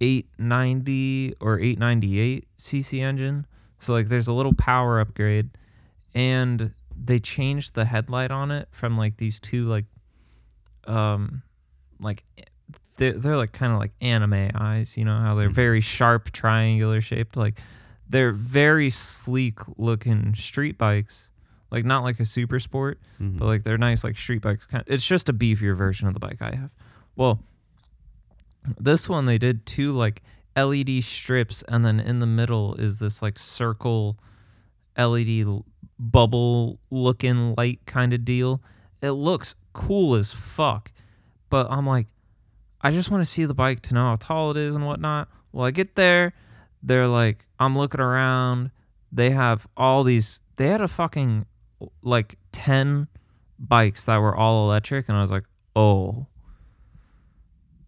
890 or 898 cc engine. So like there's a little power upgrade and they changed the headlight on it from like these two like um like they're, they're like kind of like anime eyes you know how they're
Mhm.
very sharp triangular shaped like they're very sleek looking street bikes like not like a super sport
Mhm.
but like they're nice like street bikes kind it's just a beefier version of the bike i have well this one they did two like led strips and then in the middle is this like circle led l- bubble looking light kind of deal it looks cool as fuck but i'm like i just want to see the bike to know how tall it is and whatnot well i get there they're like i'm looking around they have all these they had a fucking like 10 bikes that were all electric and i was like oh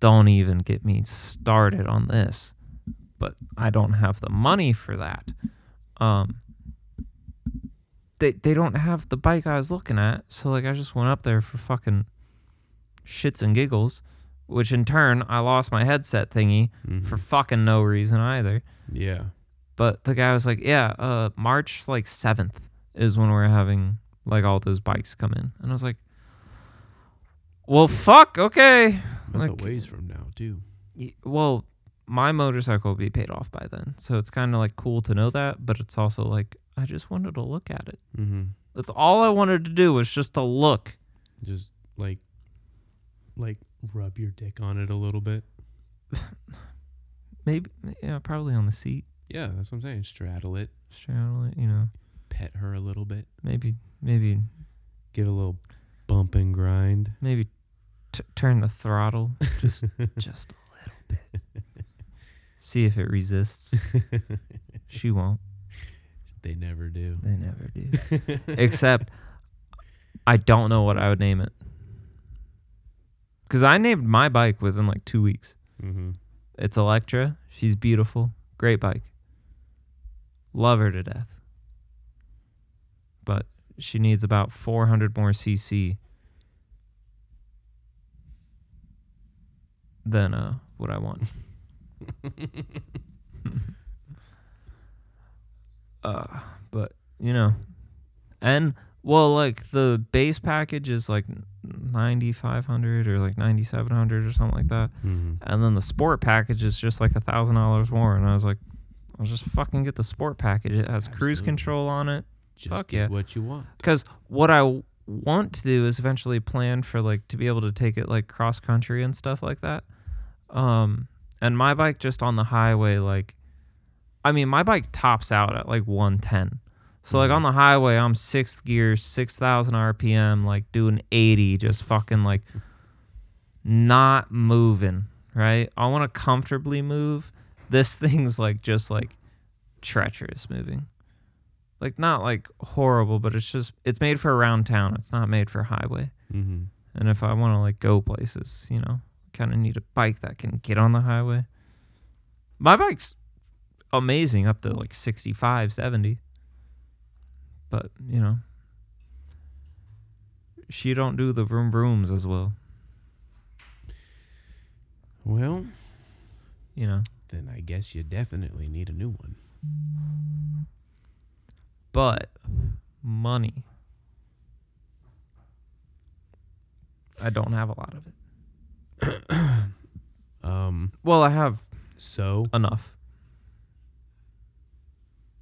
don't even get me started on this but i don't have the money for that um they they don't have the bike i was looking at so like i just went up there for fucking shits and giggles which in turn i lost my headset thingy
Mhm.
for fucking no reason either
yeah,
but the guy was like, "Yeah, uh, March like seventh is when we're having like all those bikes come in," and I was like, "Well, fuck, okay."
that's
Like-
a ways from now too.
Y- Well, my motorcycle will be paid off by then, so it's kind of like cool to know that, but it's also like I just wanted to look at it.
Mm-hmm.
That's all I wanted to do was just to look.
Just like, like rub your dick on it a little bit.
Maybe, yeah, probably on the seat,
Yeah, that's what I'm saying. Straddle it,
straddle it, you know,
pet her a little bit,
maybe, maybe,
give it a little bump and grind.
maybe t- turn the throttle just, just a little bit. See if it resists. She won't.
they never do.
They never do. Except, I don't know what I would name it. Because I named my bike within like two weeks.
hmm
It's Electra. She's beautiful. Great bike. Love her to death. But she needs about 400 more cc than uh, what I want. uh, but you know, and well, like the base package is like 9500 or like 9700 or something like that
hmm
and then the sport package is just like a thousand dollars more and i was like i'll just fucking get the sport package it has cruise
Absolutely.
control on it
Just
Fuck
get
yeah.
what you want.
because what i w- want to do is eventually plan for like to be able to take it like cross country and stuff like that um and my bike just on the highway like i mean my bike tops out at like 110 so like
Mhm.
on the highway i'm sixth gear 6000 rpm like doing 80 just fucking like not moving right i want to comfortably move this thing's like just like treacherous moving like not like horrible but it's just it's made for around town it's not made for highway
hmm
and if I want to like go places, you know, kind of need a bike that can get on the highway. My bike's amazing up to like 65, 70. But, you know, she don't do the vroom vrooms as well,
Well,
you know.
then I guess you definitely need a new one.
But money. I don't have a lot of it.
Um,
Well, I have
So
enough.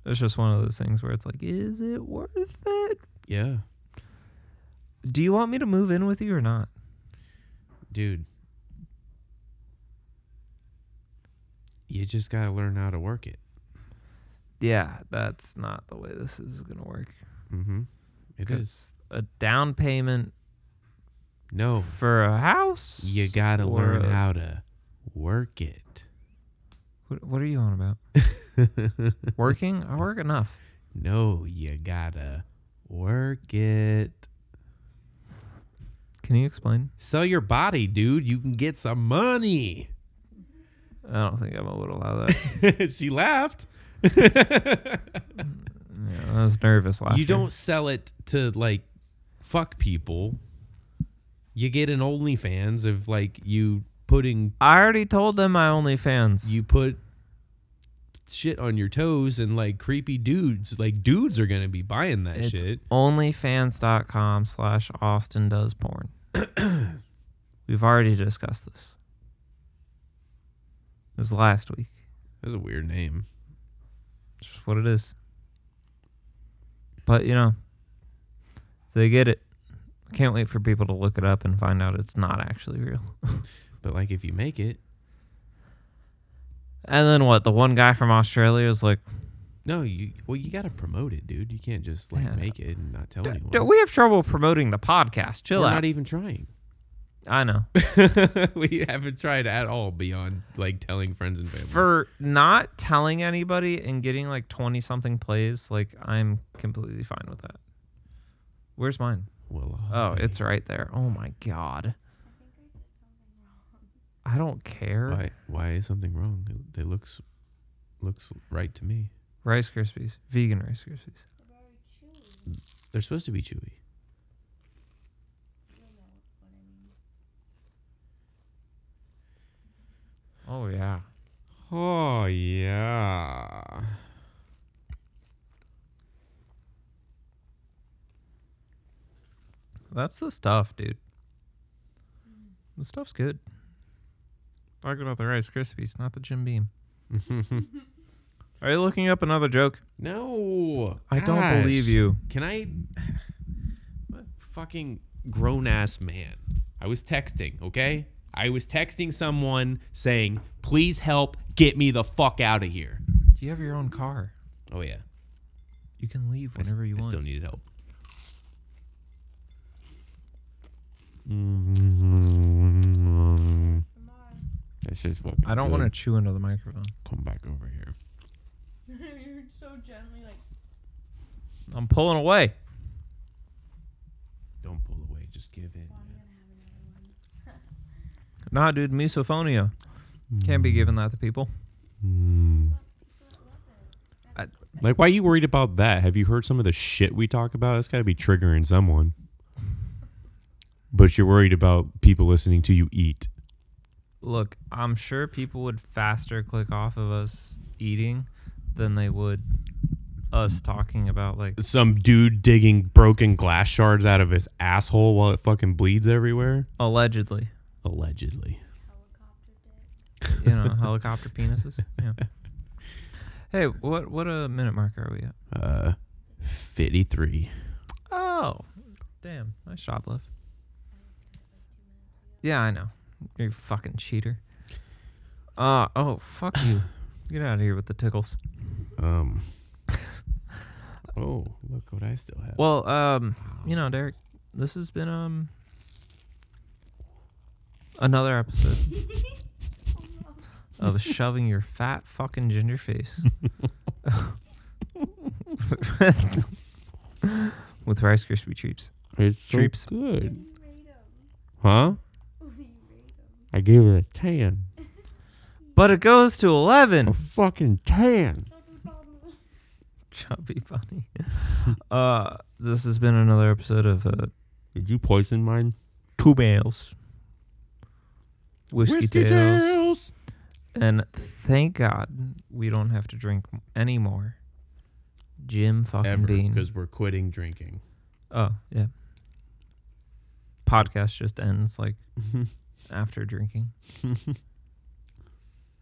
It's just one of those things where it's like, is it worth it?
yeah,
Do you want me to move in with you or not?
dude. You just gotta learn how to work it.
Yeah, that's not the way this is gonna work.
Mm-hmm. It is.
a down payment
No,
for a house.
you gotta
or
learn
a-
how to work it.
What, what are you on about? Working? I work enough.
no, you gotta work it.
Can you explain?
Sell your body, dude. You can get some money.
I don't think I'm able to allow that.
she laughed.
yeah, I was nervous last
you don't sell it to like fuck people. You get an OnlyFans of like you putting
I already told them my OnlyFans.
you put shit on your toes and like creepy dudes like dudes are gonna be buying that
It's-
shit.
OnlyFans.com slash Austin does porn. We've already discussed this. It was last week.
That's a weird name.
It's just what it is. But you know, they get it. I can't wait for people to look it up and find out it's not actually real.
But like if you make it,
And then what? The one guy from Australia is like,
no, you well you gotta promote it, dude. You can't just like
Yeah, I know.
make it and not tell
"D-
anyone.
d- "We have trouble promoting the podcast. Chill
We're
out."
not e- even trying.
I know.
we haven't tried at all beyond like telling friends and family.
for not telling anybody and getting like 20 something plays like i'm completely fine with that where's mine
well, uh,
oh
hi.
it's right there oh my god i don't care
why why is something wrong? It, it looks looks right to me.
rice krispies vegan rice krispies
They're supposed to be chewy.
oh yeah
Oh yeah.
that's the stuff dude the stuff's good talking about the rice krispies not the jim beam are you looking up another joke
no.
i don't believe
gosh.
you
Can I I'm a fucking grown ass man. I was texting, okay? I was texting someone saying, "Please help, get me the fuck out of here."
do you have your own car
Oh yeah.
you can leave
I s-
whenever you
I
want
still needed help. That's just fucking.
i don't want to chew into the microphone
to come back over here.
You're so gently like.
i'm pulling away
Don't pull away. Just give in.
Nah, dude, misophonia. Can't be giving that to people.
Hmm. Like, why are you worried about that? Have you heard some of the shit we talk about? That's got to be triggering someone. But you're worried about people listening to you eat.
Look, I'm sure people would faster click off of us eating than they would us talking about like
Some dude digging broken glass shards out of his asshole while it fucking bleeds everywhere.
allegedly,
Allegedly.
you know, helicopter penises. Yeah. Hey, what what a minute mark are we at?
Uh, fifty-three.
Oh, damn! Nice job, love. Yeah, I know. You're a fucking cheater. Uh, oh, fuck you. Get out of here with the tickles.
Um. oh, look what I still have.
Well, um, you know, Derek, this has been um another episode
Oh,
of shoving your fat fucking ginger face with Rice Krispie treats.
It's so
Treeps.
good. Huh? I gave it a 10.
But it goes to
A
eleven.
fucking 10.
Chubby bunny. uh, this has been another episode of uh,
Did you poison mine?
Two Males, Whiskey, Tales. And thank God we don't have to drink m- any more. Jim fucking
ever
Bean.
because we're quitting drinking.
Oh, yeah. Podcast just ends like after drinking.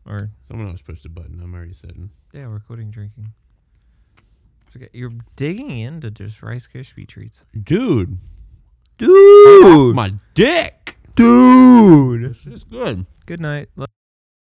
Or
Someone else pushed a button. I'm already sitting.
yeah, we're quitting drinking. It's okay. You're digging into just Rice Krispie treats,
Dude.
dude.
My dick.
dude.
This is good.
Good night. Lo-